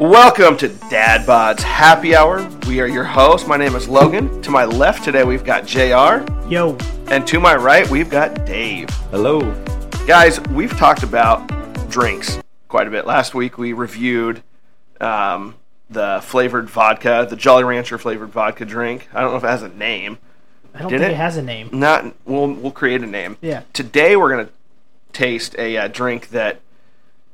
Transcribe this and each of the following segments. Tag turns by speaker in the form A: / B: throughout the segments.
A: Welcome to Dad Bod's Happy Hour. We are your hosts. My name is Logan. To my left today, we've got JR.
B: Yo,
A: And to my right, we've got Dave.
C: Hello.
A: Guys, we've talked about drinks quite a bit. Last week, we reviewed um, the flavored vodka, the Jolly Rancher flavored vodka drink. I don't know if it has a name.
B: I don't
A: Did
B: think
A: it?
B: it? has a name.
A: Not we'll we'll create a name.
B: Yeah.
A: Today we're gonna taste a uh, drink that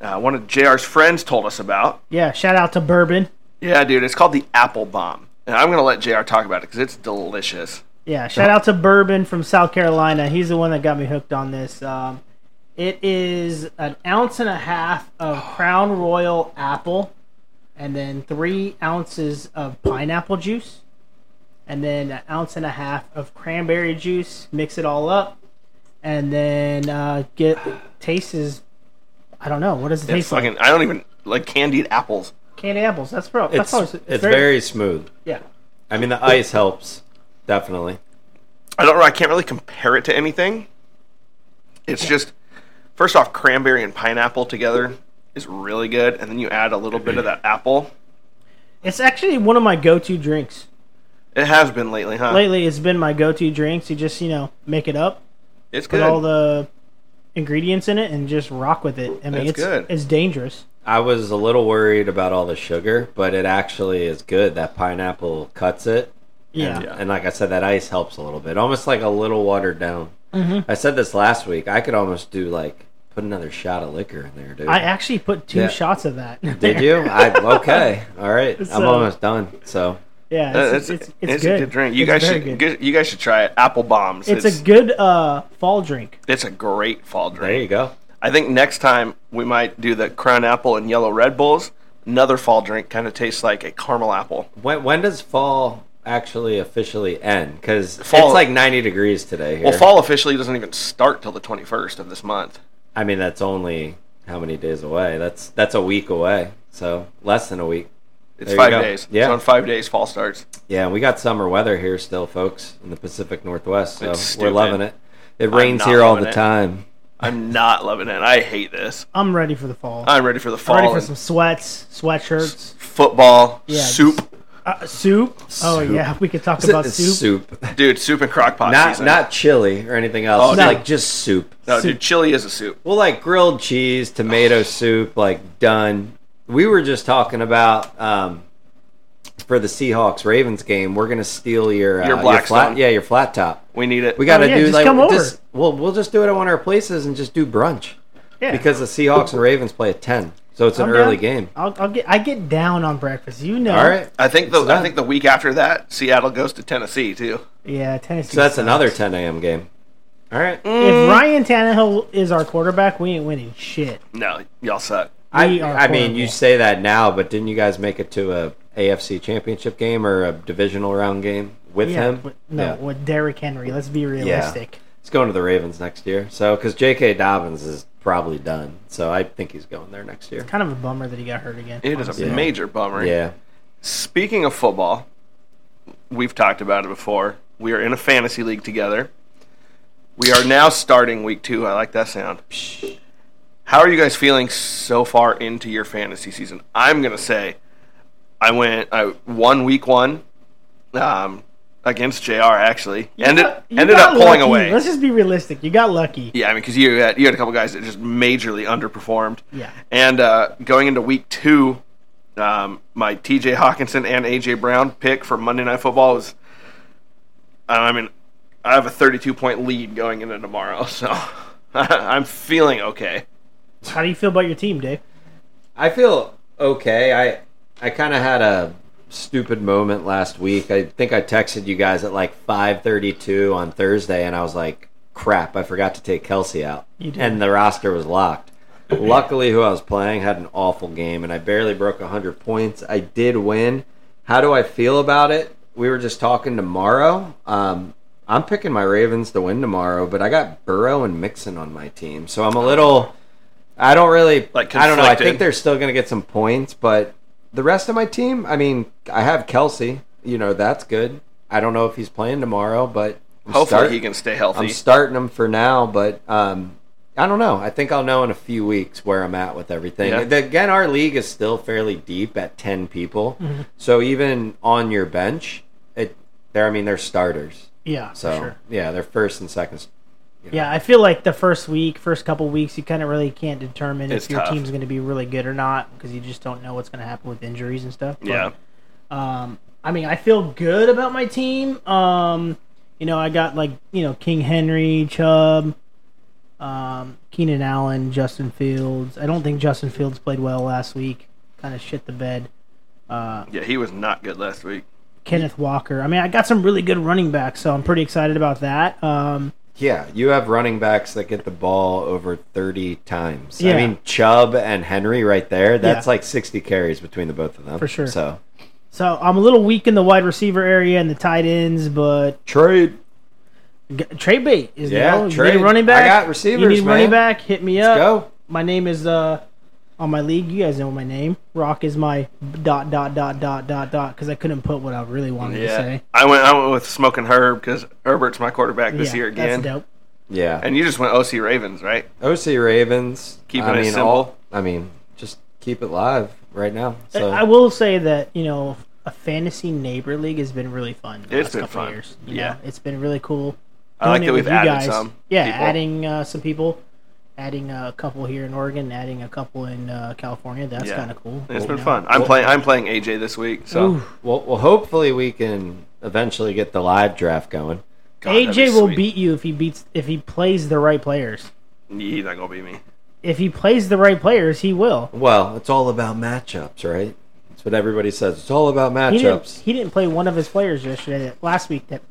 A: uh, one of Jr's friends told us about.
B: Yeah, shout out to Bourbon.
A: Yeah, dude, it's called the Apple Bomb, and I'm gonna let Jr talk about it because it's delicious.
B: Yeah, shout out to Bourbon from South Carolina. He's the one that got me hooked on this. Um, it is an ounce and a half of Crown Royal apple, and then three ounces of pineapple juice, and then an ounce and a half of cranberry juice. Mix it all up, and then uh, get tastes is. I don't know what does it
A: It's
B: taste like.
A: fucking. I don't even like candied apples.
B: Candy apples. That's probably
C: It's
B: that's always,
C: it's very, smooth.
B: yeah.
C: I mean, the ice helps definitely.
A: I don't know. I can't really compare it to anything. It's just first off, cranberry and pineapple together is really good, and then you add a little bit of that apple.
B: It's actually one of my go-to drinks.
A: It has been lately, huh?
B: lately it's been my go-to drinks you just you know make it up
A: it's
B: put
A: good.
B: all the ingredients in it and just rock with it i mean
A: That's
B: it's
A: good.
B: it's dangerous
C: I was a little worried about all the sugar, but it actually is good. That pineapple cuts it.
B: yeah
C: And, and like I said, that ice helps a little bit. Almost like a little watered down.
B: Mm-hmm.
C: I said this last week. I could almost do like put another shot of liquor in there, dude.
B: i actually put two
C: Yeah.
B: shots of that
C: Did you? I okay. All right. I'm
B: So-
C: almost done. So
B: yeah
A: Uh,
B: it's, it's, it's,
A: it's
B: good.
A: a good drink. You
B: It's
A: guys
B: very
A: should
B: good.
A: good- you guys should try it. Apple bombs.
B: it's, a good uh fall drink
A: it's a great fall
C: there
A: drink.
C: you go.
A: I think next time we might do the Crown Apple and Yellow Red Bulls. Another fall drink kind of tastes like a caramel apple.
C: When when does fall actually officially end? Because it's
A: Fall-
C: like 90 degrees today here.
A: Well, fall officially doesn't even start till the 21st of this month.
C: I mean, that's only how many days away? That's that's a week away. So less than a week.
A: It's
C: There you
A: five
C: go.
A: days.
C: Yeah.
A: So in five days, fall starts.
C: Yeah, and we got summer weather here still, folks, in the Pacific Northwest. So
A: It's
C: we're
A: stupid.
C: loving it. It rains
A: not
C: here all
A: loving
C: the
A: it.
C: time.
A: I'm not loving it. I hate this.
B: i'm ready for the fall
A: I'm ready for the
B: i'm
A: fall.
B: ready for
A: and
B: some sweats sweatshirts
A: football,
B: Yeah,
A: soup.
B: uh, soup oh
C: Soup.
B: yeah we could talk about
C: It's
B: soup,
A: Dude, soup and crock pot
C: Not
A: season.
C: not chili or anything else.
A: Oh,
C: It's
B: no.
C: Like just soup.
A: no, dude, chili is a soup.
C: Well, like grilled cheese, tomato soup, like done. We were just talking about um, for the Seahawks Ravens game. We're gonna steal your uh,
A: Your Blackstone.
C: flat, yeah, your flat top.
A: We need it.
C: We gotta
B: Oh, yeah,
C: do
B: just
C: like
B: come over.
C: just- we'll we'll just do it at one of our places and just do brunch
B: yeah
C: because the Seahawks and Ravens play at ten, so it's an
B: I'm
C: early
B: down.
C: game.
B: I'll, I'll get i get down on breakfast you know
C: All right,
A: I think the
C: It's done.
A: I think the week after that, Seattle goes to Tennessee too.
B: yeah tennessee
C: so that's
B: sucks.
C: another ten a.m. game. All right,
B: If Ryan Tannehill is our quarterback, we ain't winning shit.
A: No, y'all suck.
C: I
B: We are
C: I mean you
B: horrible.
C: say that now, but didn't you guys make it to a AFC Championship game or a divisional round game with
B: Yeah,
C: him?
B: with- no,
C: Yeah.
B: with Derrick Henry. Let's be realistic.
C: He's going to the Ravens next year. So, because J.K. Dobbins is probably done. So, I think he's going there next year.
B: Kind of a bummer that he got hurt again.
A: It is a
C: Yeah.
A: major bummer.
C: Yeah.
A: Speaking of football, we've talked about it before. We are in a fantasy league together. We are now starting week two. I like that sound. How are you guys feeling so far into your fantasy season? I'm gonna say, I went I won week one, um, against Jr. Actually ended
B: Uh, You
A: ended
B: got
A: up pulling
B: lucky.
A: away.
B: Let's just be realistic. You got lucky.
A: Yeah, I mean, because you had you had a couple guys that just majorly underperformed.
B: Yeah.
A: And uh, going into week two, um, my T.J. Hawkinson and A.J. Brown pick for Monday Night Football was. I mean, I have a 32 point lead going into tomorrow, so I'm feeling okay.
B: How do you feel about your team, Dave?
C: I feel okay. I I kind of had a stupid moment last week. I think I texted you guys at like 5:32 on Thursday and I was like, "Crap, I forgot to take Kelsey out."
B: You did.
C: And the roster was locked. Luckily, who I was playing had an awful game and I barely broke 100 points. I did win. How do I feel about it? We were just talking tomorrow. Um I'm picking my Ravens to win tomorrow, but I got Burrow and Mixon on my team. So I'm a little I don't really
A: Like,
C: I don't know. I think
A: conflicted.
C: they're still going to get some points, but the rest of my team, I mean, I have Kelsey. You know, that's good. I don't know if he's playing tomorrow, but I'm
A: Hopefully
C: start-
A: he can stay
C: I'm
A: healthy.
C: starting him for now, but um, I don't know. I think I'll know in a few weeks where I'm at with everything.
A: Yeah.
C: The- Again, our league is still fairly deep at ten people, so even on your bench, it there. I mean, they're starters,
B: Yeah,
C: so
B: for sure.
C: yeah, they're first and second.
B: Yeah, I feel like the first week, first couple weeks, you kind of really can't determine
A: It's
B: if your
A: tough.
B: team's going to be really good or not because you just don't know what's going to happen with injuries and stuff. But,
A: yeah.
B: Um, I mean, I feel good about my team. Um, you know, I got like you know King Henry, Chubb, um, Keenan Allen, Justin Fields. I don't think Justin Fields played well last week. Kind of shit the bed. Uh,
A: Yeah, he was not good last week.
B: Kenneth Walker. I mean, I got some really good running backs, so I'm pretty excited about that. Um,
C: Yeah, you have running backs that get the ball over 30 times. I
B: Yeah.
C: mean, Chubb and Henry right there, that's like 60 carries between the both of them.
B: For sure.
C: So,
B: So I'm a little weak in the wide receiver area and the tight ends, but
C: trade.
B: g- Trey Bate is
C: Yeah,
B: the
C: trade.
B: running back.
C: I got receivers,
B: You need running
C: man.
B: back? Hit me
A: Uh,
B: up.
C: Go.
B: My name is uh on my league. You guys know my name. Rock is my dot dot dot dot dot dot because I couldn't put what I really wanted to
A: Yeah,
B: say.
A: I went. I went with smoking Herb because Herbert's my quarterback this
B: yeah,
A: year again.
B: That's dope.
C: Yeah.
A: And you just went OC Ravens, right?
C: OC Ravens.
A: Keeping
C: I
A: it
C: mean,
A: simple.
C: all- I mean, just keep it live right now. So,
B: Uh, I will say that you know a fantasy neighbor league has been really fun. The
A: It's
B: last
A: been
B: couple of
A: fun.
B: years. you
A: Yeah.
B: know? it's been really cool.
A: I like
B: doing
A: that
B: it
A: we've
B: with you
A: added
B: guys.
A: some
B: Yeah,
A: people.
B: adding uh, some people, adding a couple here in Oregon, adding a couple in uh, California. That's
A: Yeah.
B: kind of cool.
A: It's
B: you
A: been
B: know?
A: fun. I'm playing. I'm playing AJ this week. So
B: Ooh,
C: well, well, hopefully we can eventually get the live draft going.
A: God, that'd be
B: AJ will
A: sweet.
B: beat you if he beats if he plays the right players.
A: He's not gonna beat me.
B: If he plays the right players, he will.
C: Well, it's all about matchups, right? That's what everybody says. It's all about
B: He didn't,
C: matchups.
B: he didn't play one of his players yesterday that last week that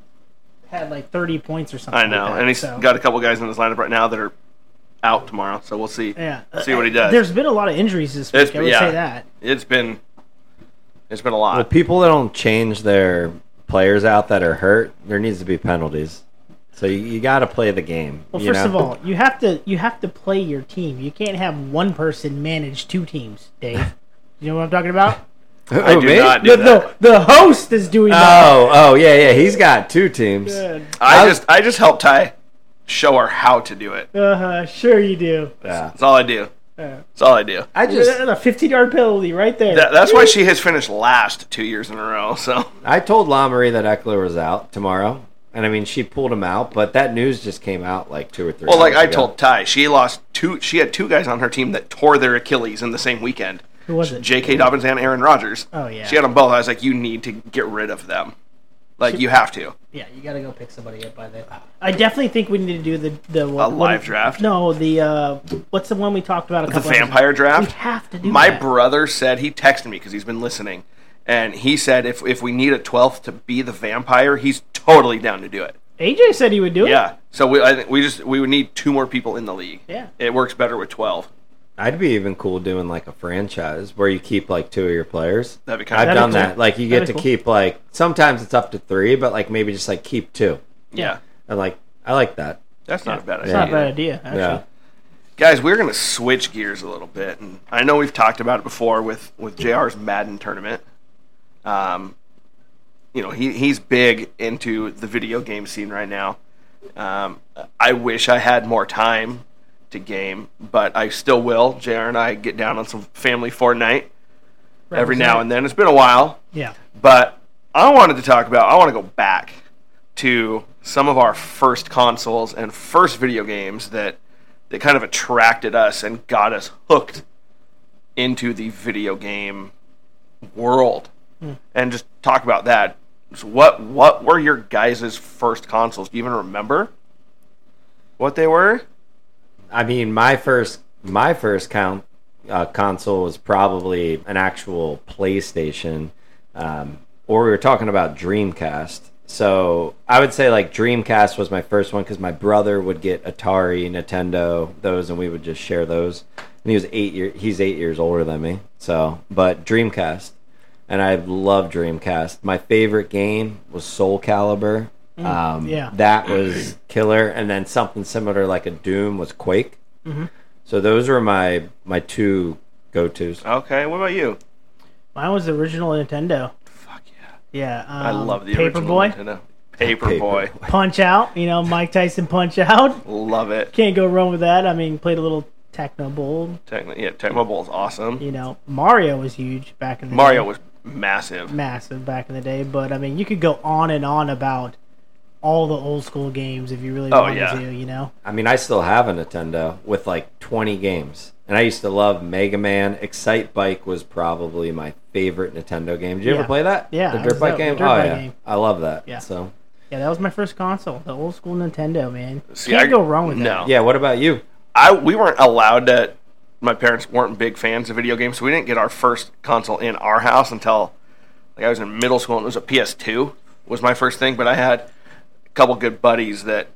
B: had like 30 points or something.
A: I know,
B: like that,
A: and he's
B: so-
A: got a couple guys in his lineup right now that are out tomorrow. So we'll see.
B: yeah.
A: see what he does.
B: There's been a lot of injuries this week.
A: It's-
B: I would
A: yeah.
B: say that.
A: It's been. It's been a
C: Well,
A: lot.
C: Uh, people that don't change their players out that are hurt, there needs to be penalties. So you, you got to play the game.
B: Well,
C: you
B: first
C: know?
B: of all, you have to you have to play your team. You can't have one person manage two teams, Dave. you know what I'm talking about?
C: Who-
A: I
C: who,
A: do
C: Oh, me?
A: not do
B: the,
A: that.
B: the the host is doing that.
C: Oh, oh yeah, yeah. He's got two teams.
A: I just. I just help Ty show her how to do it.
B: Uh-huh, sure you do.
C: Yeah.
A: That's all I do.
B: Yeah.
A: That's all I do.
C: I just,
B: That's a 15 yard penalty right there.
A: That, that's why she has finished last two years in a row. So
C: I told La Marie that Eckler was out tomorrow, and I mean she pulled him out, but that news just came out like two or three.
A: Well, like
C: hours
A: I
C: ago.
A: told Ty, she lost two. She had two guys on her team that tore their Achilles in the same weekend.
B: Who was it?
A: J.K. Dobbins and Aaron Rodgers.
B: Oh, yeah.
A: She had them both. I was like, you need to get rid of them. Like you have to.
B: Yeah, you gotta go pick somebody up by then. I definitely think we need to do the the
A: A
B: what,
A: live draft?
B: No, the uh, what's the one we talked about? A
A: The
B: couple episodes-
A: vampire
B: We
A: draft.
B: have to do
A: My
B: that.
A: brother said he texted me because he's been listening, and he said if if we need a twelfth to be the vampire, he's totally down to do it.
B: AJ said he would do it.
A: Yeah. So we I think we just we would need two more people in the league.
B: Yeah.
A: It works better with twelve.
C: I'd be even cool doing like a franchise where you keep like two of your players.
A: That'd be kinda
C: I've
A: cool.
C: done
B: That'd be cool.
C: that. Like you get
B: That'd
C: to
B: be cool.
C: keep like sometimes it's up to three, but like maybe just like keep two.
A: Yeah.
C: And like I like that.
A: That's not a bad idea.
B: It's not a bad idea. Actually.
C: Yeah.
A: guys we're going to switch gears a little bit and i know we've talked about it before with with jr's madden tournament um, you know he, he's big into the video game scene right now um, i wish i had more time to game but i still will jr and i get down on some family fortnite every now and then it's been a while
B: Yeah.
A: but I wanted to talk about, I want to go back to some of our first consoles and first video games that, that kind of attracted us and got us hooked into the video game world. And just talk about that. So what, what were your guys' first consoles? Do you even remember what they were?
C: I mean, my first my first count uh, console was probably an actual PlayStation, um, or we were talking about Dreamcast. So I would say like Dreamcast was my first one because my brother would get Atari, Nintendo, those, and we would just share those. And he was eight year he's eight years older than me. So, but Dreamcast, and I love Dreamcast. My favorite game was Soul Calibur. um,
B: yeah. Mm-hmm.
C: that was killer, and then something similar like a Doom was Quake. So those are my my two go tos.
A: Okay, what about you?
B: Mine was the original Nintendo.
A: Fuck yeah.
B: Yeah, um,
A: I love the
B: Paperboy,
A: original Nintendo. Paperboy.
B: Punch Out. You know, Mike Tyson Punch Out.
A: Love it.
B: Can't go wrong with that. I mean, played a little Techno Bowl.
A: Techno, yeah, Tecmo Bowl's awesome.
B: You know, Mario was huge back in the
A: Mario
B: day.
A: was massive.
B: massive back in the day. But I mean, you could go on and on about all the old school games if you really
A: Oh,
B: wanted
A: yeah.
B: to. You know,
C: I mean, I still have a Nintendo with like 20 games, and I used to love Mega Man. Excite Bike was probably my favorite Nintendo game. Did you
B: Yeah.
C: ever play that?
B: Yeah,
C: the
B: I
C: dirt
B: was-
C: bike
B: the
C: game.
B: dirt
C: oh
B: bike
C: yeah,
B: game.
C: I love that.
B: Yeah.
C: So
B: yeah, that was my first console, the old school Nintendo. Man,
A: See,
B: can't
A: I-
B: go wrong with
A: no.
B: that.
C: yeah, what about you?
A: I we weren't allowed to. My parents weren't big fans of video games, so we didn't get our first console in our house until like I was in middle school, and it was a PS2 was my first thing. But I had a couple good buddies that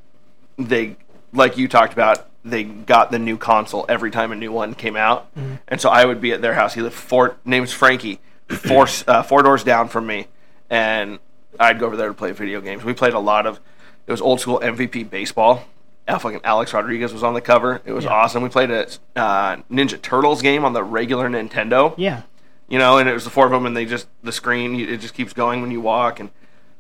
A: they, like you talked about, they got the new console every time a new one came out, and so I would be at their house. He lived four name's Frankie, four uh, four doors down from me, and I'd go over there to play video games. We played a lot of it was old school MVP baseball. Al- fucking Alex Rodriguez was on the cover. It was
B: Yeah.
A: awesome. We played a uh, Ninja Turtles game on the regular Nintendo
B: Yeah.
A: you know, and it was the four of them, and they just the screen it just keeps going when you walk, and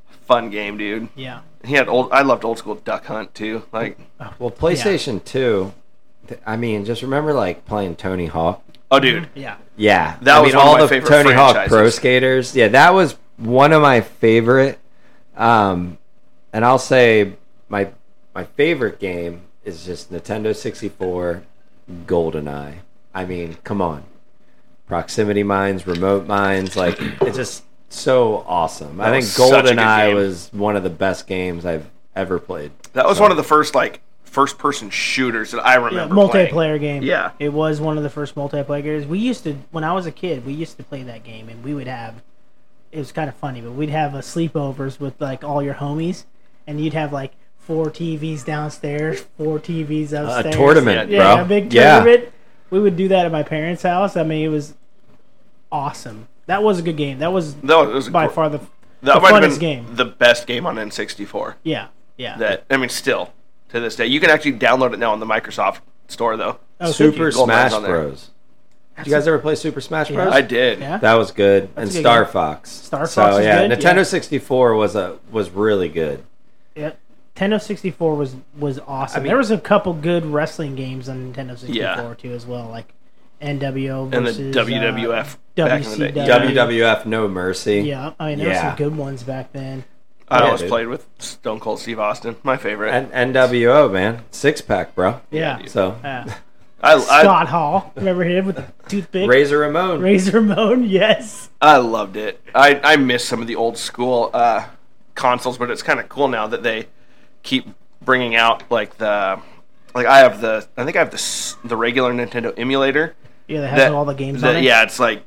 A: fun game, dude.
B: Yeah.
A: He had old. I loved old school Duck Hunt too. Like,
B: Oh.
C: Well, PlayStation 2. th- I mean, just remember like playing Tony Hawk.
A: oh, dude,
B: Yeah.
C: Yeah,
A: That
C: I
A: was
C: mean,
A: one
C: all
A: of my
C: the
A: favorite
C: Tony Hawk
A: franchises.
C: Pro Skaters. Yeah, that was one of my favorite. Um, and I'll say my my favorite game is just Nintendo sixty four, GoldenEye. I mean, come on, proximity mines, remote mines, like it's just so awesome. I
A: That
C: think
A: was such a good
C: GoldenEye
A: game.
C: was one of the best games I've ever played.
A: that was one of the first like first person shooters that I
B: Yeah,
A: remember.
B: multiplayer
A: playing.
B: game.
A: Yeah.
B: it was one of the first multiplayer games. We used to, when I was a kid, we used to play that game, and we would have. It was kind of funny, but we'd have uh, sleepovers with like all your homies, and you'd have like four TVs downstairs, four TVs upstairs.
C: tournament,
B: yeah,
C: bro.
B: a big
C: Yeah.
B: tournament. We would do that at my parents' house. I mean, it was awesome. That was a good game. That was
A: That was,
B: by
A: gr-
B: far the,
A: that
B: the
A: might have
B: funnest
A: been
B: game.
A: the best game on N64.
B: yeah, yeah.
A: That I mean, still to this day, you can actually download it now on the Microsoft store though.
B: Oh, thank you.
C: Super
A: Goldeneye's
C: Smash
A: on there.
C: Bros. Did you guys ever play Super Smash
B: Yeah.
C: Bros?
A: I did.
B: Yeah.
C: That was good. and
B: a good
C: Star
B: game.
C: Fox.
B: Star Fox is
C: yeah,
B: good,
C: Nintendo
B: yeah.
C: 64 was a was really good.
B: Yep. Nintendo 64 was was awesome.
C: mean-
B: there was a couple good wrestling games on Nintendo 64
A: Yeah.
B: too as well, like NWO
A: And the
B: versus
A: WWF
B: uh,
A: back in the day.
B: WCW.
A: Yeah.
C: WWF No Mercy.
B: Yeah, I mean there were
C: Yeah.
B: some good ones back then.
A: I
C: Yeah,
A: always
C: dude.
A: played with Stone Cold Steve Austin, my favorite.
C: And NWO, man. Six pack, bro.
B: Yeah.
C: So
B: Uh,
A: I, I
B: Scott Hall, remember him with the toothpick?
C: Razor Ramon.
B: Razor Ramon, yes.
A: I loved it. I, I miss some of the old school uh, consoles, but it's kind of cool now that they keep bringing out like the like I have the I think I have the s- the regular Nintendo emulator.
B: Yeah, that has
A: that-
B: all the games
A: that-
B: on it.
A: Yeah, it's like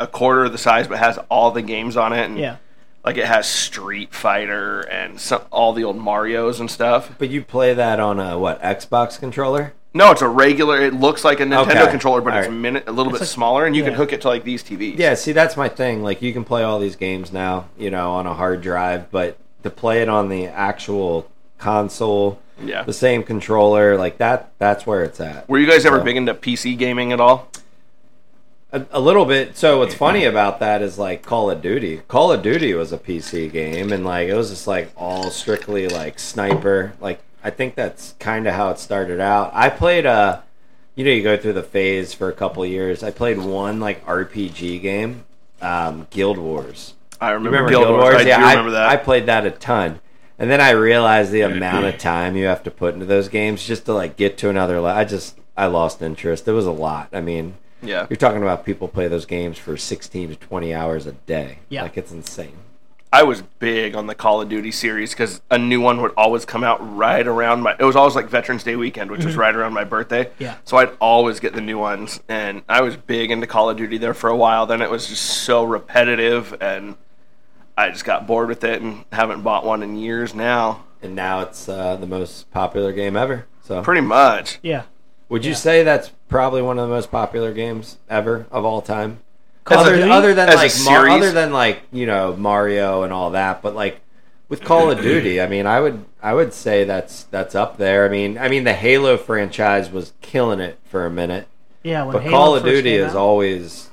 A: a quarter of the size, but has all the games on it. And
B: Yeah.
A: like it has Street Fighter and some, all the old Mario's and stuff.
C: But you play that on a what, Xbox controller?
A: No, it's a regular. It looks like a Nintendo
C: Okay.
A: controller, but
C: All
A: it's
C: right.
A: a minute a little bit
B: like-
A: smaller, and you
B: yeah.
A: can hook it to like these TVs.
C: Yeah, see that's my thing. Like you can play all these games now, you know, on a hard drive, but to play it on the actual console,
A: yeah.
C: the same controller, like that that's where it's at.
A: Were you guys ever
C: So-
A: big into PC gaming at all?
C: A, a little bit. So what's funny about that is like Call of Duty. Call of Duty was a PC game, and like it was just like all strictly like sniper. Like I think that's kind of how it started out. I played uh you know, you go through the phase for a couple years. I played one like RPG game, um, Guild Wars.
A: I
C: You
A: remember, Guild, Wars. I do remember that.
C: I played that a ton. And then I realized the amount of time you have to put into those games just to like get to another level. I just I lost interest. It was a lot. I mean,
A: yeah,
C: you're talking about people play those games for 16 to 20 hours a day.
B: Yeah.
C: Like it's insane.
A: I was big on the Call of Duty series because a new one would always come out right around my. It was always like Veterans Day weekend, which was right around my birthday.
B: Yeah.
A: So I'd always get the new ones, and I was big into Call of Duty there for a while. Then it was just so repetitive, and I just got bored with it, and haven't bought one in years now.
C: And now it's uh, the most popular game ever. So
A: Pretty much.
B: Yeah.
C: would you say that's probably one of the most popular games ever of all time?
B: Call of
C: other,
B: Duty?
C: other than
A: As a
C: like Mar-
A: series?
C: other than like, you know, Mario and all that, but like with Call of Duty, I mean, I would I would say that's that's up there. I mean, I mean the Halo franchise was killing it for a minute,
B: Yeah, when
C: but
B: Halo
C: Call of
B: first
C: Duty
B: came
C: is
B: out.
C: always.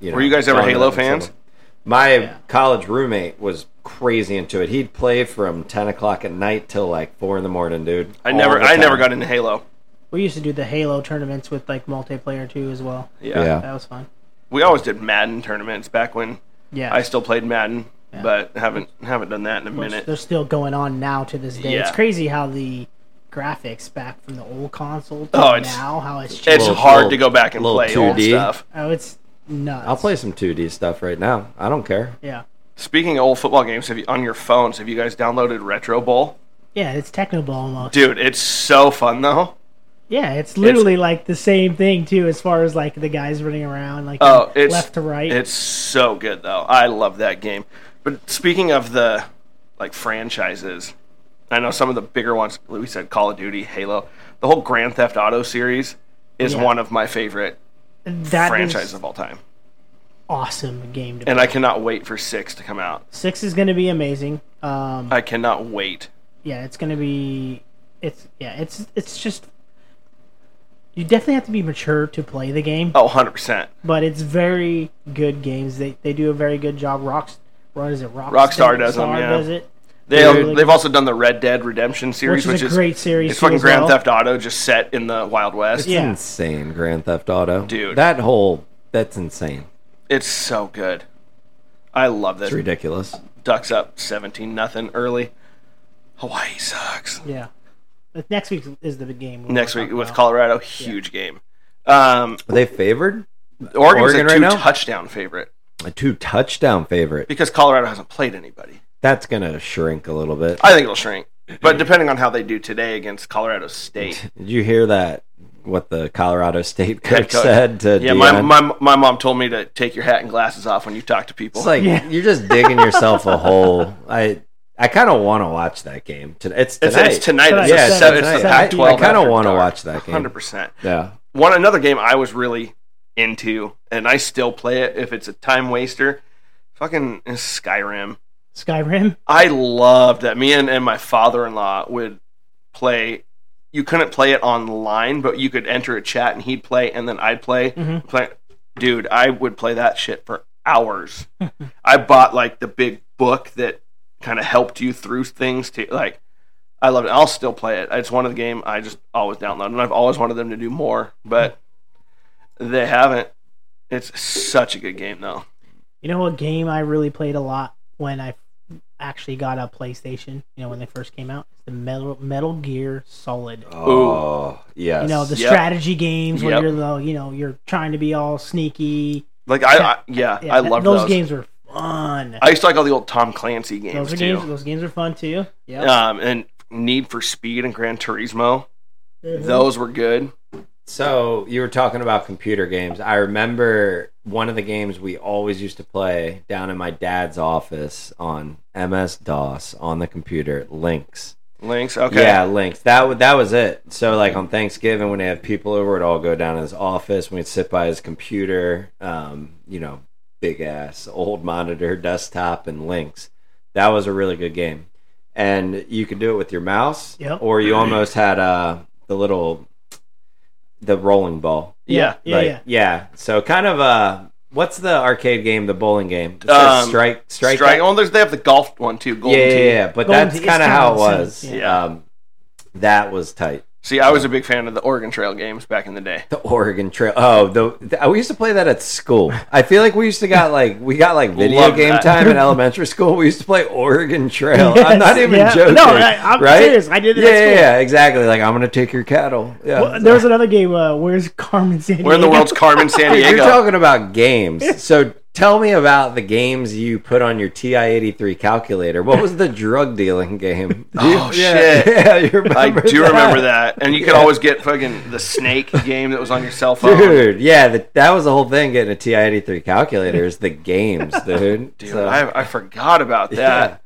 C: You know,
A: Were you guys ever
C: dominant
A: Halo
C: in some
A: fans?
C: way. My
B: Yeah.
C: college roommate was crazy into it. He'd play from ten o'clock at night till like four in the morning, dude.
A: I
C: All
A: never
C: the
A: I never
C: time.
A: got into Halo.
B: We used to do the Halo tournaments with like multiplayer too as well.
A: Yeah.
C: Yeah.
B: That was fun.
A: We always did Madden tournaments back when
B: Yeah,
A: I still played Madden, but haven't haven't done that in a
B: Which
A: minute.
B: they're still going on now to this day. It's
A: Yeah.
B: crazy how the graphics back from the old console to
A: Oh, it's-
B: now how it's changed.
A: It's
C: Little-
A: hard
C: little-
A: to go back and
C: little
A: play old
C: 2D.
A: stuff.
B: oh, it's nuts.
C: I'll play some 2D stuff right now. I don't care.
B: Yeah,
A: Speaking of old football games, have you on your phones? Have you guys downloaded Retro Bowl?
B: yeah, it's Technoball almost.
A: Dude, it's so fun though.
B: yeah, it's literally like the same thing too, as far as like the guys running around like
A: Oh, it's
B: left to right.
A: It's so good though. I love that game. But speaking of the like franchises, I know some of the bigger ones. like We said Call of Duty, Halo. The whole Grand Theft Auto series is
B: Yeah.
A: one of my favorite
B: That is
A: franchises of all time,
B: awesome game to play.
A: and I cannot wait for six to come out.
B: Six is going to be amazing. Um,
A: I cannot wait.
B: yeah, it's gonna be it's yeah, it's it's just you definitely have to be mature to play the game,
A: Oh, 100 percent.
B: but it's very good games. They they do a very good job. Rocks, what is it? Rock
A: Rockstar does them, yeah.
B: does it.
A: They
B: Dude.
A: they've also done the Red Dead Redemption series,
B: Which
A: which,
B: is a
A: is
B: great series
A: It's
B: too
A: fucking
B: as
A: Grand
B: well.
A: Theft Auto just set in the Wild West.
B: Yeah.
C: Insane Grand Theft Auto.
A: Dude.
C: That whole that's insane.
A: It's so good. I love this.
C: It's ridiculous.
A: Ducks up 17 nothing early. Hawaii sucks.
B: Yeah. But next week is the big game. we
A: Next
B: wanna
A: week
B: talk
A: with
B: about.
A: Colorado, huge game. Um,
C: Are they favored?
A: Oregon's
C: Oregon
A: a
C: right
A: two
C: now?
A: touchdown favorite
C: A two touchdown favorite.
A: because Colorado hasn't played anybody.
C: That's gonna shrink a little bit.
A: I think it'll shrink, but depending on how they do today against Colorado State.
C: Did you hear that? What the Colorado State coach,
A: coach.
C: said to
A: Yeah, my,
C: Deion?
A: my my mom told me to take your hat and glasses off when you talk to people.
C: It's like
B: Yeah.
C: you're just digging yourself a hole. I I kind of want to watch that game. To- It's
A: It's,
C: tonight.
A: it's tonight.
B: Tonight.
A: It's,
B: Yeah,
A: yeah,
B: it's
A: seven, it's
B: tonight.
A: the
B: I-
A: Pac-12
B: I kinda
A: after
C: wanna
A: dark.
C: watch that game.
A: 100%.
C: yeah.
A: One another game I was really into, and I still play it if it's a time waster. Fucking Skyrim.
B: Skyrim.
A: I loved that. Me and, and my father-in-law would play. You couldn't play it online, but you could enter a chat, and he'd play, and then I'd play.
B: Mhm.
A: play dude, I would play that shit for hours. I bought like the big book that kind of helped you through things. To like, I love it. I'll still play it. It's one of the game I just always download, and I've always wanted them to do more, but they haven't. It's such a good game, though.
B: You know what game I really played a lot when I actually got a PlayStation. You know when they first came out, it's the Metal Metal Gear Solid.
C: Oh yes.
B: You know the
A: Yep.
B: strategy games where
A: Yep.
B: you're though you know you're trying to be all sneaky.
A: Like I, I yeah,
B: Yeah,
A: I
B: that-
A: love
B: those,
A: those.
B: games. Were fun.
A: I used to like all the old Tom Clancy games
B: those are
A: too,
B: games. Those games are fun too. Yeah.
A: um, and Need for Speed and Gran Turismo.
B: Mm-hmm.
A: Those were good.
C: So you were talking about computer games. I remember one of the games we always used to play down in my dad's office on MS DOS on the computer, Lynx.
A: Links, okay,
C: Yeah, Lynx. That wa- that was it. So like on Thanksgiving when they have people over, it'd all go down to his office. We'd sit by his computer, um, you know, big ass old monitor, desktop, and Lynx. That was a really good game, and you could do it with your mouse,
B: Yep.
C: or you almost had uh, the little the rolling ball.
A: yeah.
B: Yeah,
C: Like,
B: yeah.
C: So kind of uh, what's the arcade game? The bowling game? It says
A: Um,
C: strike, strike,
A: Strike. Oh, there's they have the golf one too. Golden
C: yeah, yeah,
A: tee.
C: yeah, but
B: Golden
C: that's
B: Tee, it's
C: kind of how it
B: kinda the
C: was.
B: same,
A: yeah.
C: Um, that was tight.
A: See, I was a big fan of the Oregon Trail games back in the day.
C: The Oregon Trail. Oh, the, the we used to play that at school. I feel like we used to got like we got like video
A: Love
C: game
A: that.
C: time in elementary school. We used to play Oregon Trail. I'm
B: Yes,
C: not even
B: yeah.
C: joking.
B: No, I- I'm
C: right?
B: serious. I did it
C: Yeah,
B: at
C: yeah,
B: school.
C: yeah, exactly. Like I'm gonna take your cattle. Yeah,
B: Well, there was another game. Uh, where's Carmen Sandiego?
A: Where in the world's Carmen San
C: Dude,
A: Diego?
C: You're talking about games. So tell me about the games you put on your TI-83 calculator. What was the drug dealing game? Do you-
A: Oh,
C: yeah,
A: shit.
C: Yeah, you remember
A: I do remember that. And you could always get fucking the snake game that was on your cell phone.
C: Dude, yeah, that, that was the whole thing. Getting a TI-83 calculator is the games, dude.
A: Dude,
C: So-
A: I, I forgot about that.
C: Yeah.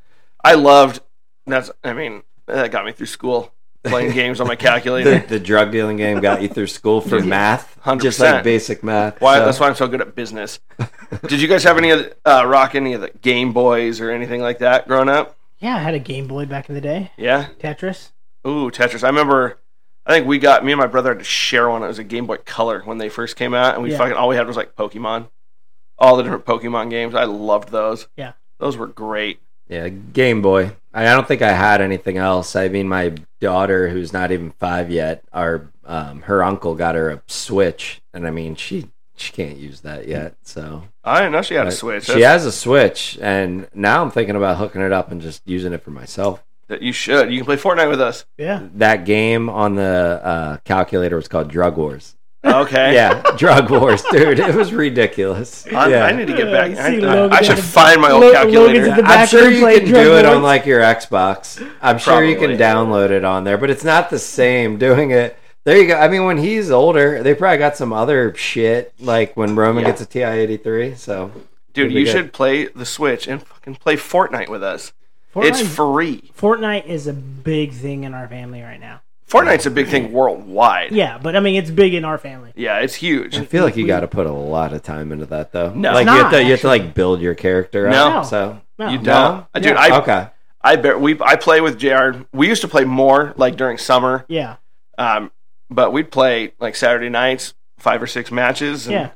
A: I loved that's I mean, that got me through school playing games on my calculator.
C: the, the drug dealing game got you through school for math,
A: 100%.
C: just like basic math.
A: why
C: So-
A: that's why I'm so good at business. Did you guys have any of the, uh, rock any of the Game Boys or anything like that growing up?
B: Yeah, I had a Game Boy back in the day.
A: Yeah.
B: Tetris.
A: Ooh, Tetris. I remember. I think we got me and my brother had to share one. It was a Game Boy Color when they first came out, and we
B: Yeah.
A: fucking all we had was like Pokemon, all the different Pokemon games. I loved those.
B: Yeah.
A: those were great.
C: Yeah, Game Boy. I I don't think I had anything else. I mean, my daughter, who's not even five yet, our um, her uncle got her a Switch, and I mean, she she can't use that yet. So
A: I didn't know she had a
C: but
A: Switch.
C: She
A: That's-
C: has a Switch, and now I'm thinking about hooking it up and just using it for myself.
A: That you should. You can play Fortnite with us.
B: Yeah.
C: That game on the uh, calculator was called Drug Wars.
A: Okay.
C: Yeah, Drug Wars, dude. It was ridiculous.
A: I,
C: yeah.
A: I need to get
B: Yeah,
A: back.
B: you
A: I,
B: see
A: I-
B: Logan
A: I should
B: at the-
A: find my old
B: Lo-
A: calculator.
B: Logan's at the
C: I'm
B: back
C: sure
B: and
C: you
B: play
C: can
B: Drug
C: do it on
B: Lords.
C: like your Xbox. I'm sure you
A: Probably.
C: can download it on there, but it's not the same doing it. There you go. I mean, when he's older, they probably got some other shit like when Roman
A: Yeah.
C: gets a TI 83. So
A: Dude,
C: It'd be
A: you
C: good.
A: should play the Switch and fucking play Fortnite with us. It's
B: Fortnite-
A: free.
B: Fortnite is a big thing in our family right now.
A: Fortnite's a big thing worldwide.
B: Yeah, but I mean, it's big in our family.
A: Yeah, it's huge.
C: I feel like you got to put a lot of time into that, though.
A: No.
C: like
B: It's
C: you
B: not,
C: have to you have to
B: actually.
C: like build your character.
A: No.
C: up, so
B: No.
A: You don't,
C: No?
A: Uh, dude.
B: Yeah.
A: I
C: okay.
A: I bear, we I play with Jr. We used to play more like during summer,
B: Yeah,
A: um, but we'd play like Saturday nights, five or six matches. and-
B: yeah.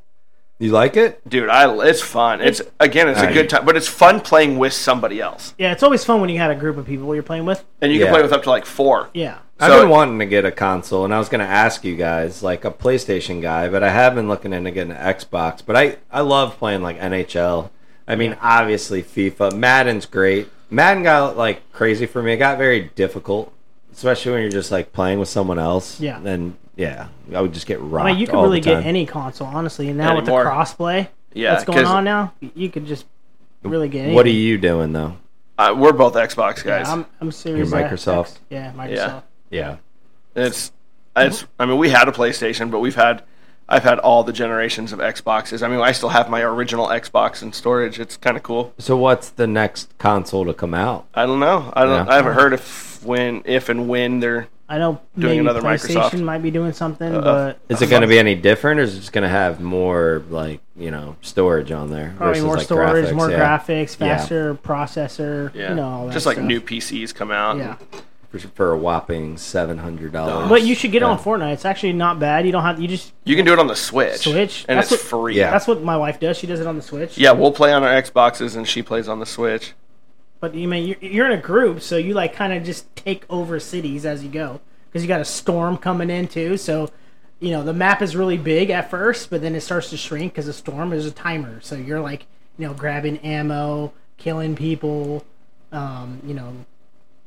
C: You like it?
A: dude, I it's fun. It's again, it's a
C: Alright.
A: good time, but it's fun playing with somebody else,
B: Yeah, it's always fun when you had a group of people you're playing with.
A: and you
C: Yeah.
A: can play with up to like four.
B: Yeah.
C: I've
A: So-
C: been wanting to get a console, and I was going to ask you guys, like a PlayStation guy, but I have been looking into getting an Xbox. But I, I love playing like NHL. I mean, obviously FIFA. Madden's great. Madden got like crazy for me. It got very difficult, especially when you're just like playing with someone else.
B: Yeah.
C: Then yeah, I would just get
B: I
C: rocked.
B: mean, you can
C: all
B: really
C: the time.
B: get any console, honestly. And
A: Anymore.
B: now with the crossplay,
A: Yeah,
B: that's going
A: 'cause-
B: on now, you could just really get. Anything.
C: What are you doing though?
A: Uh, we're both Xbox
B: Yeah,
A: guys.
B: I'm, I'm serious.
C: You're
B: uh,
C: Microsoft.
B: X. Yeah, Microsoft.
A: Yeah.
C: Yeah.
A: It's it's. I mean, we had a PlayStation, but we've had I've had all the generations of Xboxes. I mean, I still have my original Xbox in storage. It's kind of cool.
C: So what's the next console to come out?
A: I don't know. I don't.
C: Yeah.
A: I haven't heard if when if and when they're.
B: I know
A: Doing
B: maybe
A: another
B: PlayStation
A: Microsoft. Uh-huh.
B: might be doing something, but
C: Is it going to be any different, or is it just going to have more like you know storage on there?
B: probably
C: versus,
B: more
C: like,
B: storage, more
C: yeah.
B: graphics,
C: Yeah.
B: faster processor.
A: Yeah,
B: You know, all that
A: just like
B: stuff.
A: new PCs come out.
B: Yeah.
C: for, for a whopping seven hundred dollars.
B: But you should get on Fortnite. It's actually not bad. You don't have you just
A: You can do it on the Switch.
B: Switch?
A: and
B: That's
A: it's
B: what-
A: free.
C: Yeah.
B: that's what my wife does. She does it on the Switch.
A: Yeah, we'll play on our Xboxes and she plays on the Switch.
B: But you mean you're, you're in a group, so you like kind of just take over cities as you go because you got a storm coming in too. So you know the map is really big at first, but then it starts to shrink because the storm is a timer. So you're like you know grabbing ammo, killing people, um, you know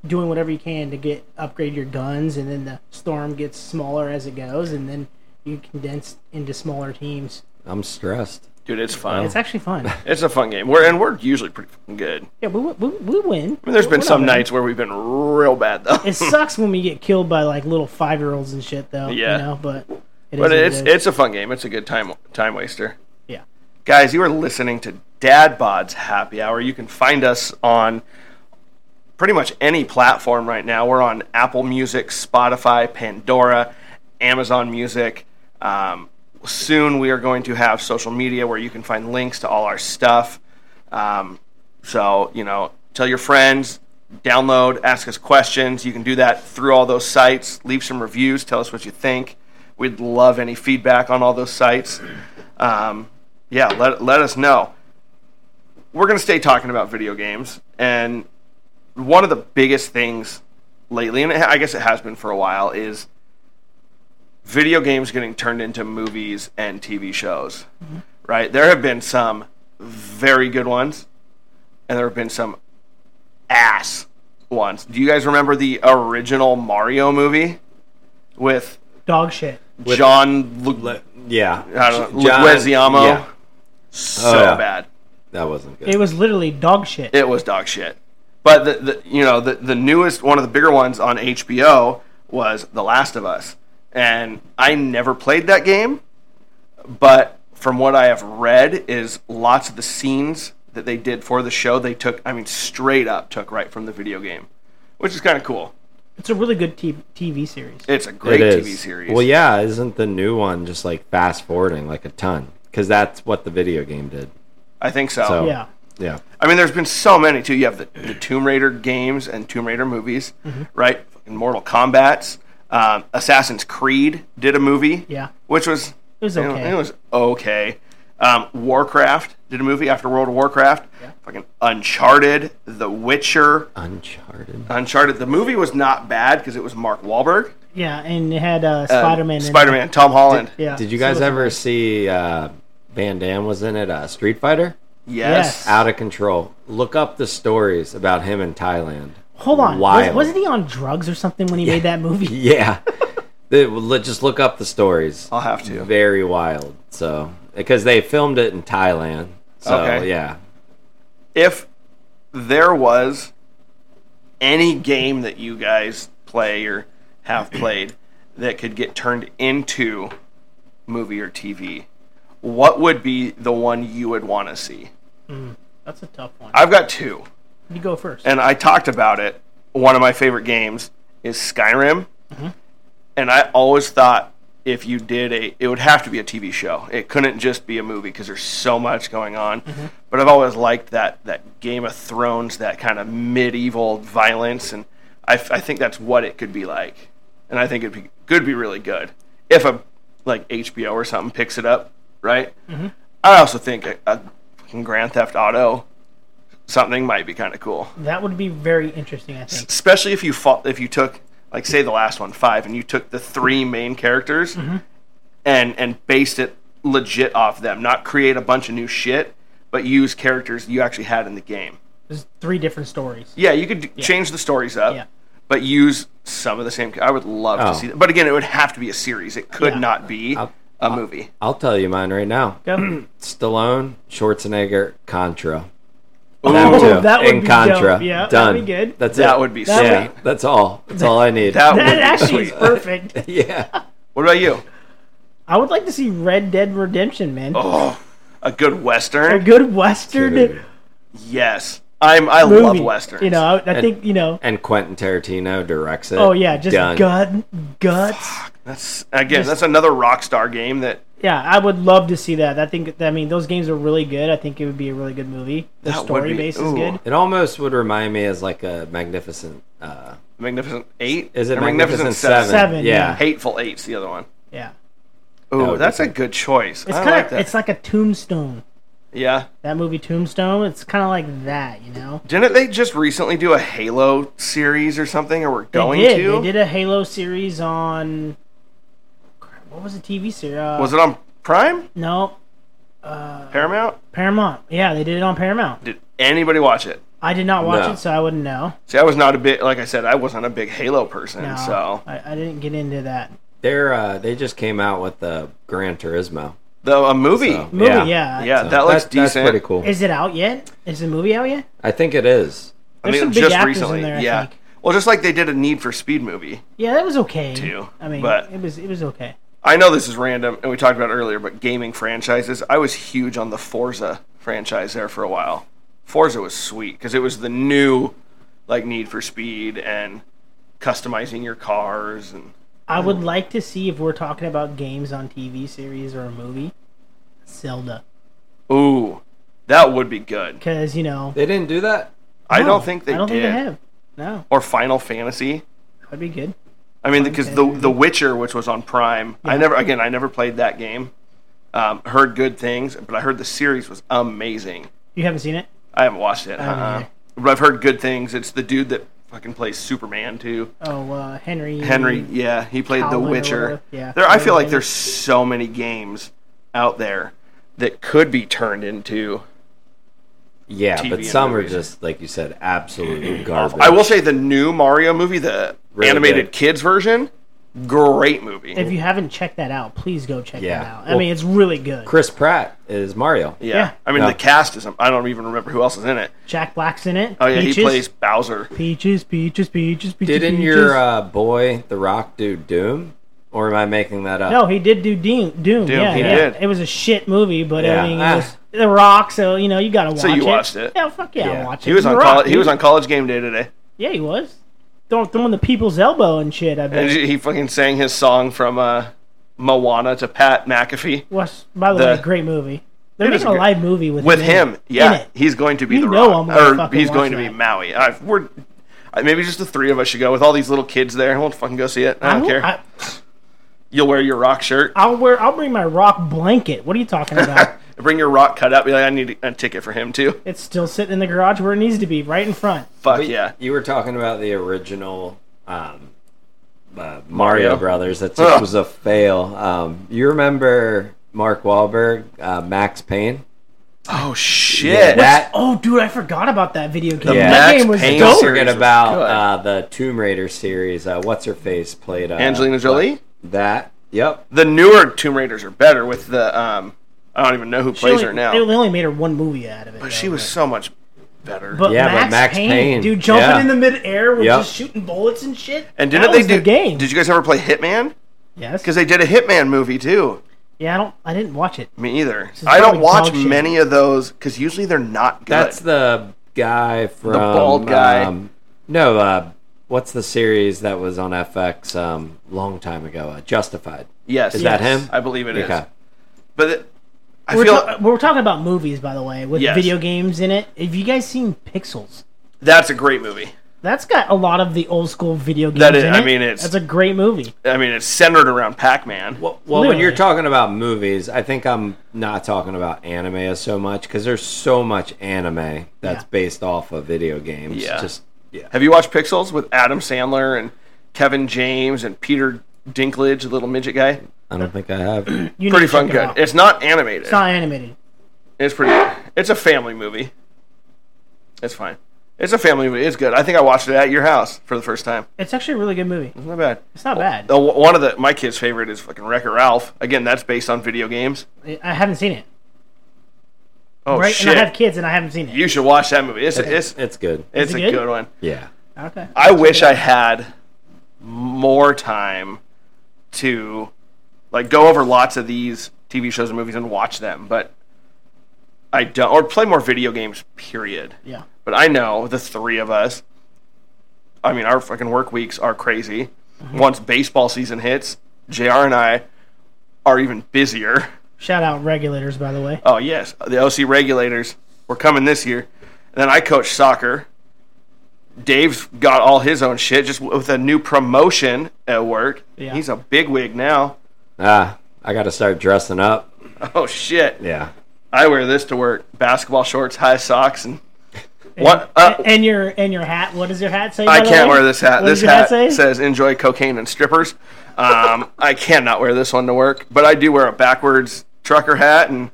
B: doing whatever you can to get upgrade your guns, and then the storm gets smaller as it goes, and then you condense into smaller teams.
C: I'm stressed.
A: Dude, it's fun.
B: It's
A: It's,
B: actually fun.
A: a fun game. We're and we're usually pretty fucking good. I
B: Yeah, we, we, we win.
A: mean, there's
B: We're
A: been
B: not
A: some
B: bad.
A: nights where we've been real bad though.
B: It sucks when we get killed by like little five year olds and shit, though.
A: Yeah.
B: You know, but it is
A: but
B: what it
A: it's
B: is.
A: it's a fun game. It's a good time time waster.
B: yeah.
A: Guys, you are listening to Dad Bod's Happy Hour. You can find us on pretty much any platform right now. We're on Apple Music, Spotify, Pandora, Amazon Music. Um, soon we are going to have social media where you can find links to all our stuff. Um, so, you know, tell your friends, download, ask us questions. You can do that through all those sites. Leave some reviews, tell us what you think. We'd love any feedback on all those sites. Um, yeah, let, let us know. We're going to stay talking about video games. And one of the biggest things lately, and it, I guess it has been for a while, is video games getting turned into movies and TV shows. Right? There have been some very good ones, and there have been some ass ones. Do you guys remember the original Mario movie with,
B: Dog shit.
A: John Lu-
C: Yeah,
A: Uh, I don't know, Leguizamo?
C: yeah, Oh,
A: So
C: yeah.
A: bad.
C: that wasn't good.
B: It was literally dog shit.
A: It was dog shit. But the, the you know the the newest one of the bigger ones on HBO was The Last of Us, and I never played that game, but from what I have read is lots of the scenes that they did for the show they took I mean straight up took right from the video game, which is kind of cool.
B: it's a really good t- TV series.
A: It's a great
C: It
A: TV
C: is.
A: series.
C: Well, yeah, isn't the new one just like fast forwarding like a ton? Because that's what the video game did.
A: I think so.
C: So-
B: yeah.
C: Yeah.
A: I mean, there's been so many too. You have the, the Tomb Raider games and Tomb Raider movies,
B: Mm-hmm.
A: right? Fucking Mortal Kombat's, um, Assassin's Creed did a movie,
B: Yeah.
A: which was
B: It was
A: you know,
B: okay.
A: it was okay. Um, Warcraft did a movie after World of Warcraft. Fucking Uncharted, The Witcher,
C: Uncharted.
B: Uh,
A: Uncharted. The movie was not bad because it was Mark Wahlberg,
B: Yeah, and it had uh, Spider Man.
A: Spider Man, Tom Holland.
B: Yeah.
C: Did you guys
B: so it was-
C: ever see uh, Van Damme was in it? Uh, Street Fighter.
A: Yes.
B: Yes.
C: Out of control. Look up the stories about him in Thailand.
B: Hold on. Was,
C: Wild.
B: wasn't he on drugs or something when he made that movie?
C: Yeah. They- well, let- just look up the stories.
A: I'll have to.
C: Very wild. So because they filmed it in Thailand. So
A: Okay.
C: yeah.
A: if there was any game that you guys play or have played that could get turned into movie or TV, what would be the one you would want to see?
B: That's a tough one.
A: I've got two,
B: You go first.
A: and I talked about it. One of my favorite games is Skyrim, and I always thought if you did a, it would have to be a TV show. It couldn't just be a movie because there's so much going on. But I've always liked that that Game of Thrones, that kind of medieval violence, and I, f- I think that's what it could be like. And I think it'd be could be really good if a like HBO or something picks it up, right? I also think a, a fucking Grand Theft Auto something might be kind of cool
B: that would be very interesting, I think.
A: especially if you fought, if you took like say the last one five and you took the three main characters
B: Mm-hmm.
A: and and based it legit off them not create a bunch of new shit but use characters you actually had in the game
B: There's three different stories.
A: yeah you could d change the stories up
B: Yeah.
A: but use some of the same i would love
C: Oh.
A: to see that but again it would have to be a series it could
B: Yeah.
A: not be a movie
C: I'll tell you mine right now.
B: Go.
C: Stallone, Schwarzenegger, Contra.
A: Ooh,
C: Them two.
B: that would
C: in
B: be
C: Contra.
B: dope. Yeah, that'd
C: Done.
B: be good.
C: That's
A: That
C: it.
A: would be
C: yeah.
A: sweet.
C: That's all. That's all I need.
A: that would
B: That
A: be
B: actually
A: sweet.
B: is perfect.
C: yeah.
A: what about you
B: I would like to see Red Dead Redemption, man.
A: oh a good
B: A
A: western
B: good western
C: Dude.
A: yes i'm i
B: movie.
A: love westerns
B: You know, I, I think you know.
C: And Quentin Tarantino directs it.
B: Oh yeah, just
C: Done.
B: gut guts.
A: that's again that's another rockstar game that
B: Yeah, I would love to see that. I think I mean those games are really good. I think it would be a really good movie. The
A: That would
B: story
A: be-
B: base is
A: ooh.
B: good.
C: It almost would remind me as like a magnificent. Uh,
A: Magnificent Eight?
C: is it
A: Or
C: magnificent, seven?
B: Seven, yeah.
A: Hateful Eight's the other one.
B: Yeah,
A: Ooh,
C: would
A: that's
C: be
A: a good choice.
B: it's
A: I
B: kind
A: like
B: of
A: that.
B: it's like a tombstone.
A: yeah.
B: That movie Tombstone. It's kind of like that, you know.
A: Didn't they just recently do a Halo series or something, or we're going
B: they did.
A: to?
B: They did a Halo series on. crap, What was the TV series? Uh,
A: Was it on Prime?
B: no
A: Paramount?
B: Paramount? Yeah, they did it on Paramount.
A: Did anybody watch it?
B: I did not watch
C: No.
B: it, so I wouldn't know.
A: See, I was not a bit like I said, I wasn't a big Halo person,
B: No,
A: so
B: I, I didn't get into that
C: They're uh, they just came out with the Gran Turismo.
A: the a movie.
C: So,
B: movie. Yeah,
C: Yeah.
A: yeah,
C: So
A: that looks decent.
C: That's pretty cool.
B: Is it out yet? Is the movie out yet?
C: I think it is.
A: I
B: There's
A: mean,
B: some big
A: just
B: actors in
A: recently,
B: there, I
A: yeah.
B: think.
A: Well, just like they did a Need for Speed movie.
B: Yeah, that was okay.
A: Two,
B: I mean,
A: but-
B: it was it was okay.
A: I know this is random, and we talked about it earlier, but gaming franchises. I was huge on the Forza franchise there for a while. Forza was sweet because it was the new, like Need for Speed and customizing your cars and
B: I would like to see if we're talking about games on TV series or a movie, Zelda,
A: ooh, that would be good.
B: because you know
C: They didn't do that.
A: I
B: no,
A: don't think they
B: I don't
A: did.
B: think they have. No,
A: Or Final Fantasy.
B: that'd be good.
A: I mean, because the The Witcher, which was on Prime, I never again I never played that game. Um, heard good things, but I heard the series was amazing.
B: You haven't seen it?
A: I haven't watched it.
B: haven't
A: Uh-uh.
B: either.
A: But I've heard good things. It's the dude that fucking plays Superman too.
B: Oh, uh, Henry.
A: Henry, yeah, he played
B: Howland
A: The
B: or
A: Witcher.
B: whatever. Yeah.
A: There, I
B: Yeah,
A: feel like
B: yeah.
A: there's so many games out there that could be turned into.
C: Yeah,
A: TV
C: but
A: and
C: some
A: movies.
C: are just like you said, absolute garbage.
A: I will say the new Mario movie, the
C: Really
A: animated
C: good.
A: kids version, great movie.
B: If you haven't checked that out, please go check
C: Yeah.
B: that out. I
C: Well,
B: mean, it's really good.
C: Chris Pratt is Mario.
A: yeah.
B: yeah.
A: I mean
C: Yeah.
A: the cast is. I don't even remember who else is in it.
B: Jack Black's in it.
A: Oh yeah,
B: Peaches,
A: he plays Bowser.
B: Peaches, Peaches, Peaches, Peaches.
C: Didn't
B: Peaches.
C: your uh, boy, The Rock, do Doom? Or am I making that up?
B: No, he did do Doom. Doom, yeah,
A: he
B: yeah.
A: did.
B: It was a shit movie, but
C: Yeah.
B: I mean, it
C: Ah.
B: was The Rock, so you know you gotta watch it.
A: you watched it.
B: Yeah, fuck yeah, I
C: Yeah.
B: watched it.
A: He was
B: The
A: on
B: Rock,
A: college. He
B: dude.
A: was on College Game Day today,
B: Yeah, he was. Throwing, throwing the people's elbow and shit. I
A: and
B: bet.
A: he fucking sang his song from uh, Moana to Pat McAfee.
B: Was by the,
A: The-
B: way, great movie. They're
A: It is
B: making a
A: good.
B: live movie with
A: with
B: in
A: him.
B: it.
A: Yeah,
B: In it.
A: he's going to be
B: You
A: the
B: know
A: rock,
B: I'm gonna
A: or
B: fucking
A: he's
B: watch
A: going to be
B: that.
A: Maui. I, we're I- maybe just the three of us should go with all these little kids there. We'll fucking go see it. I don't
B: will-
A: care.
B: I,
A: You'll wear your rock shirt.
B: I'll wear. I'll bring my rock blanket. What are you talking about?
A: Bring your rock cut up. Be like, I need a ticket for him too.
B: it's still sitting in the garage where it needs to be, right in front.
A: Fuck
C: But
A: yeah.
C: You were talking about the original um, uh, Mario,
A: Mario.
C: Brothers. That
A: Ugh.
C: just was a fail. Um, you remember Mark Wahlberg, uh, Max Payne?
A: Oh shit.
C: that
B: Oh, dude, I forgot about that video game.
C: Yeah.
B: That
A: Max
B: game was
A: Payne
B: dope.
A: series.
C: forget
A: was
C: about
A: good.
C: uh, the Tomb Raider series. Uh, What's her face played uh,
A: Angelina Jolie.
C: That. Yep.
A: The newer Tomb Raiders are better with the um. I don't even know who plays
B: only,
A: her
B: They
A: now.
B: only made her one movie out of it.
A: But she was so much better.
B: But
C: Yeah, but
B: Max,
C: Max
B: Payne,
C: Payne,
B: dude, jumping
C: yeah.
B: in the midair with
C: Yep.
B: just shooting bullets and shit.
A: and
B: That
A: didn't they
B: was
A: do
B: the game?
A: Did you guys ever play Hitman?
B: yes.
A: Because they did a Hitman movie too.
B: Yeah, I don't. I didn't watch it.
A: Me either.
B: is
A: I don't
B: probably
A: watch
B: dog shit.
A: many of those because usually they're not good.
C: That's the guy from
A: bald guy.
C: Um, no, uh, what's the series that was on FX um, long time ago? Uh, Justified.
A: yes,
C: Is that
A: Yes.
C: him?
A: I believe it is.
C: Okay.
A: But it, I
B: We're,
A: feel
B: ta- we're talking about movies, by the way, with
A: Yes.
B: video games in it. Have you guys seen Pixels?
A: that's a great movie.
B: That's got a lot of the old school video games.
A: That is-
B: in
A: I
B: it.
A: mean, it's-
B: that's a great movie.
A: I mean, it's centered around Pac-Man.
C: Well, well when you're
B: Literally.
C: talking about movies, I think I'm not talking about anime as so much because there's so much anime that's
B: Yeah.
C: based off of video games.
A: Yeah.
C: Just yeah.
A: Have you watched Pixels with Adam Sandler and Kevin James and Peter Dinklage, the little midget guy?
C: I don't think I have.
B: You
A: Pretty
B: need to check
A: fun,
B: it
A: good.
B: out. It's
A: It's not animated. It's,
B: not animated.
A: pretty. It's a family movie. It's fine. It's a family movie. It's good. I think I watched it at your house for the first time.
B: It's actually a really good movie.
A: It's not bad.
B: It's not bad.
A: The- one of the my kids' favorite is fucking Wreck-It Ralph. Again, that's based on video games.
B: I I haven't seen it.
A: Oh
B: Right,
A: shit!
B: and I have kids, and I haven't seen it.
A: you should watch that movie. It's a, it's
C: It's good.
A: it's
B: it
A: a
B: good?
A: good one.
C: yeah.
B: okay.
A: I wish I had more time to like go over lots of these TV shows and movies and watch them, but I don't or play more video games period.
B: yeah.
A: But I know the three of us I mean our fucking work weeks are crazy.
B: Mm-hmm.
A: Once baseball season hits, JR and I are even busier.
B: Shout out regulators, by the way.
A: Oh yes, the OC regulators were coming this year. And then I coach soccer. Dave's got all his own shit just with a new promotion at work.
B: Yeah.
A: He's a bigwig now.
C: Ah, I got to start dressing up.
A: Oh shit!
C: Yeah.
A: I wear this to work: basketball shorts, high socks, and
B: And-
A: what? Uh,
B: and your and your hat. What does your hat say?
A: I
B: by the
A: can't
B: way?
A: wear this hat.
B: What
A: this
B: does your
A: hat
B: say?
A: says "Enjoy cocaine and strippers." Um, I cannot wear this one to work, but I do wear a backwards trucker hat, and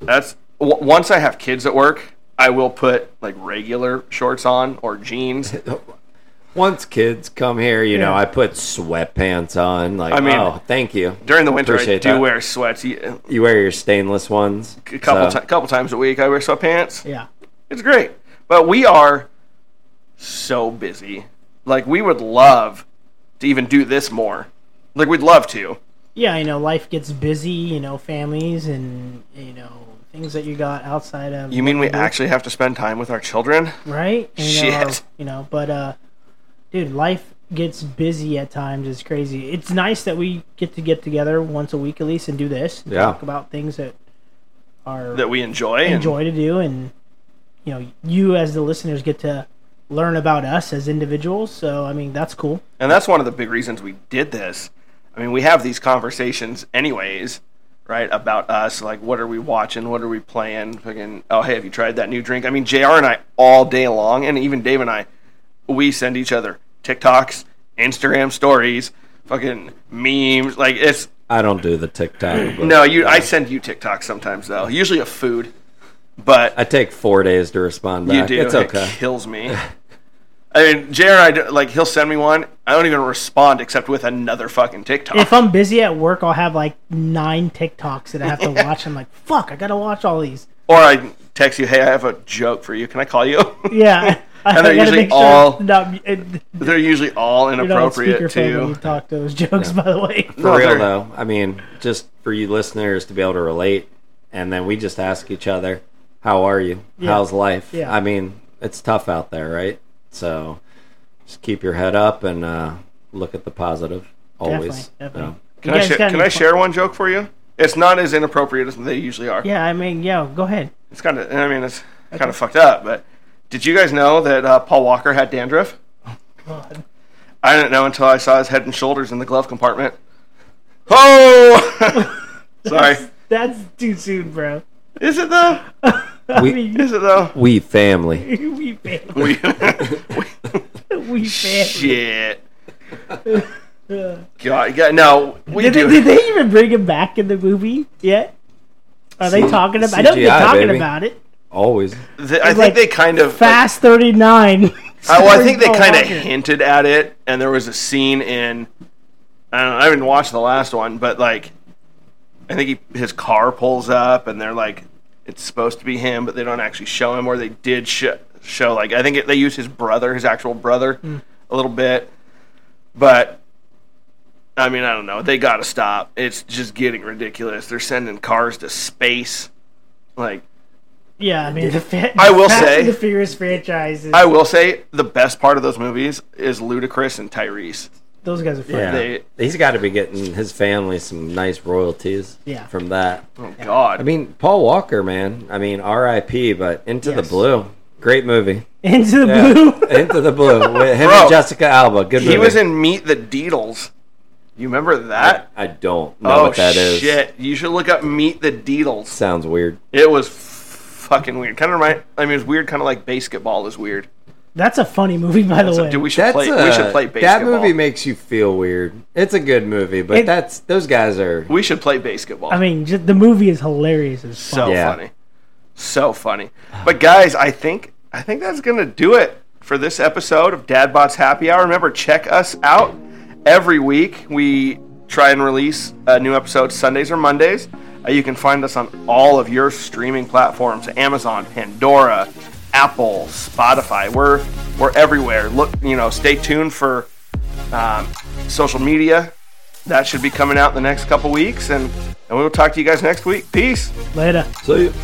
A: that's w- once I have kids at work, I will put like regular shorts on or jeans.
C: Once kids come here, you know,
B: Yeah.
C: I put sweatpants on. Like,
A: I mean,
C: oh, thank you.
A: During the winter, I
C: Appreciate
A: do
C: that.
A: wear sweats. y-
C: You wear your stainless ones.
A: A couple
C: so-
A: ti- couple times a week, I wear sweatpants.
B: Yeah.
A: It's great, but we are so busy. Like we would love to even do this more. Like we'd love to.
B: Yeah, you know, life gets busy. You know, families and you know things that you got outside of.
A: You mean we
B: work,
A: actually have to spend time with our children?
B: right? And, you know,
A: Shit.
B: you know, but uh, dude, life gets busy at times. It's crazy. It's nice that we get to get together once a week at least and do this. and
C: Yeah.
B: Talk about things that are
A: that we enjoy. and-
B: enjoy to do and you know you as the listeners get to learn about us as individuals so i mean that's cool
A: and that's one of the big reasons we did this. I mean, we have these conversations anyways, right? About us, like what are we watching? What are we playing? Fucking oh hey, have you tried that new drink? I mean, JR and I all day long, and even Dave and I, we send each other TikToks, Instagram stories, fucking memes. Like it's
C: I don't do the TikTok. but
A: no, you. I send you TikToks sometimes though, usually of food, but
C: I take four days to respond
A: You
C: back.
A: do.
C: It's okay.
A: It kills me. I mean, JR, I do- like he'll send me one. I don't even respond except with another fucking TikTok.
B: if i'm busy at work i'll have like nine tiktoks that i have to watch i'm like fuck i gotta watch all these
A: or I text you, hey, I have a joke for you. Can I call you?
B: yeah I
A: they're
B: gotta
A: usually
B: make sure
A: all
B: not, it, you're
A: They're usually all
B: not on
A: inappropriate
B: speakerphone when you
A: too.
B: talk to those jokes by the way
A: No,
C: For real
A: they're-
C: though, I mean, just for you listeners to be able to relate, and then we just ask each other, "How are you? How's life?"
B: Yeah.
C: I mean, it's tough out there, right? So, just keep your head up and uh, look at the positive always.
B: definitely definitely
C: So,
A: um, Can I,
B: guys
A: share
B: got
A: can
B: any
A: I
B: fu-
A: share one joke for you? It's not as inappropriate as they usually are.
B: Yeah, I mean, yeah, go ahead.
A: It's kind of. I mean, it's kind of fucked up. But did you guys know that uh, Paul Walker had dandruff?
B: God.
A: I didn't know until I saw his head and shoulders in the glove compartment. Oh, sorry.
B: That's too soon, bro.
A: Is it though?
B: I
C: We-
B: mean,
A: Is it though?
C: We family.
B: we failed.
A: We,
B: We failed.
A: shit.
B: Uh,
A: God, yeah, no, we
B: Did they,
A: do.
B: did they even bring him back in the movie yet? Are they
C: C-
B: talking about? I know they're
C: CGI,
B: talking
C: baby.
B: about it.
C: Always.
A: The- I think
B: like
A: they kind of.
B: Fast thirty nine.
A: I, well, Oh, I think they kind of hinted at it, and there was a scene in. I don't know, I haven't watched the last one, but like, I think he, his car pulls up, and they're like, it's supposed to be him, but they don't actually show him, or they did show, show like I think it, they used his brother, his actual brother, a little bit, but. I mean, I don't know. They got to stop. It's just getting ridiculous. They're sending cars to space. Like,
B: Yeah, I mean the. Fa-
A: I will
B: Fast
A: say-
B: and the Furious franchise. Is,
A: I will say the best part of those movies is Ludacris and Tyrese.
B: those guys are fun.
C: Yeah.
A: They-
C: He's got to be getting his family some nice royalties
B: Yeah.
C: from that.
A: Oh God!
C: I mean, Paul Walker, man. I mean, R.I.P. But Into the
B: Yes.
C: Blue, great movie.
B: Into the
C: Yeah.
B: blue.
C: Into the Blue with him
A: Bro.
C: and Jessica Alba. Good movie.
A: he was in Meet the Deedles. You remember
C: I,
A: that?
C: I don't know
A: oh
C: what that is.
A: shit! You should look up Meet the Deedles.
C: Sounds weird.
A: It was f- fucking weird. Kind of remind. I mean, it's weird. Kind of like basketball is weird.
B: That's a funny movie, by the
A: So,
B: way.
A: dude, we should play. we should play
C: uh, that
A: basketball.
C: movie makes you feel weird. It's a good movie, but
B: It-
C: that's those guys are.
A: we should play basketball.
B: I mean, just, the movie is hilarious as fuck.
A: so
C: Yeah.
A: funny, so funny. But guys, I think I think that's gonna do it for this episode of Dad Bots Happy Hour. Remember, check us out every week. We try and release a new episode Sundays or Mondays. Uh, you can find us on all of your streaming platforms: Amazon, Pandora, Apple, Spotify. We're we're everywhere. Look, you know, stay tuned for um, social media. That should be coming out in the next couple weeks, and, and we will talk to you guys next week. Peace.
B: Later.
C: So you.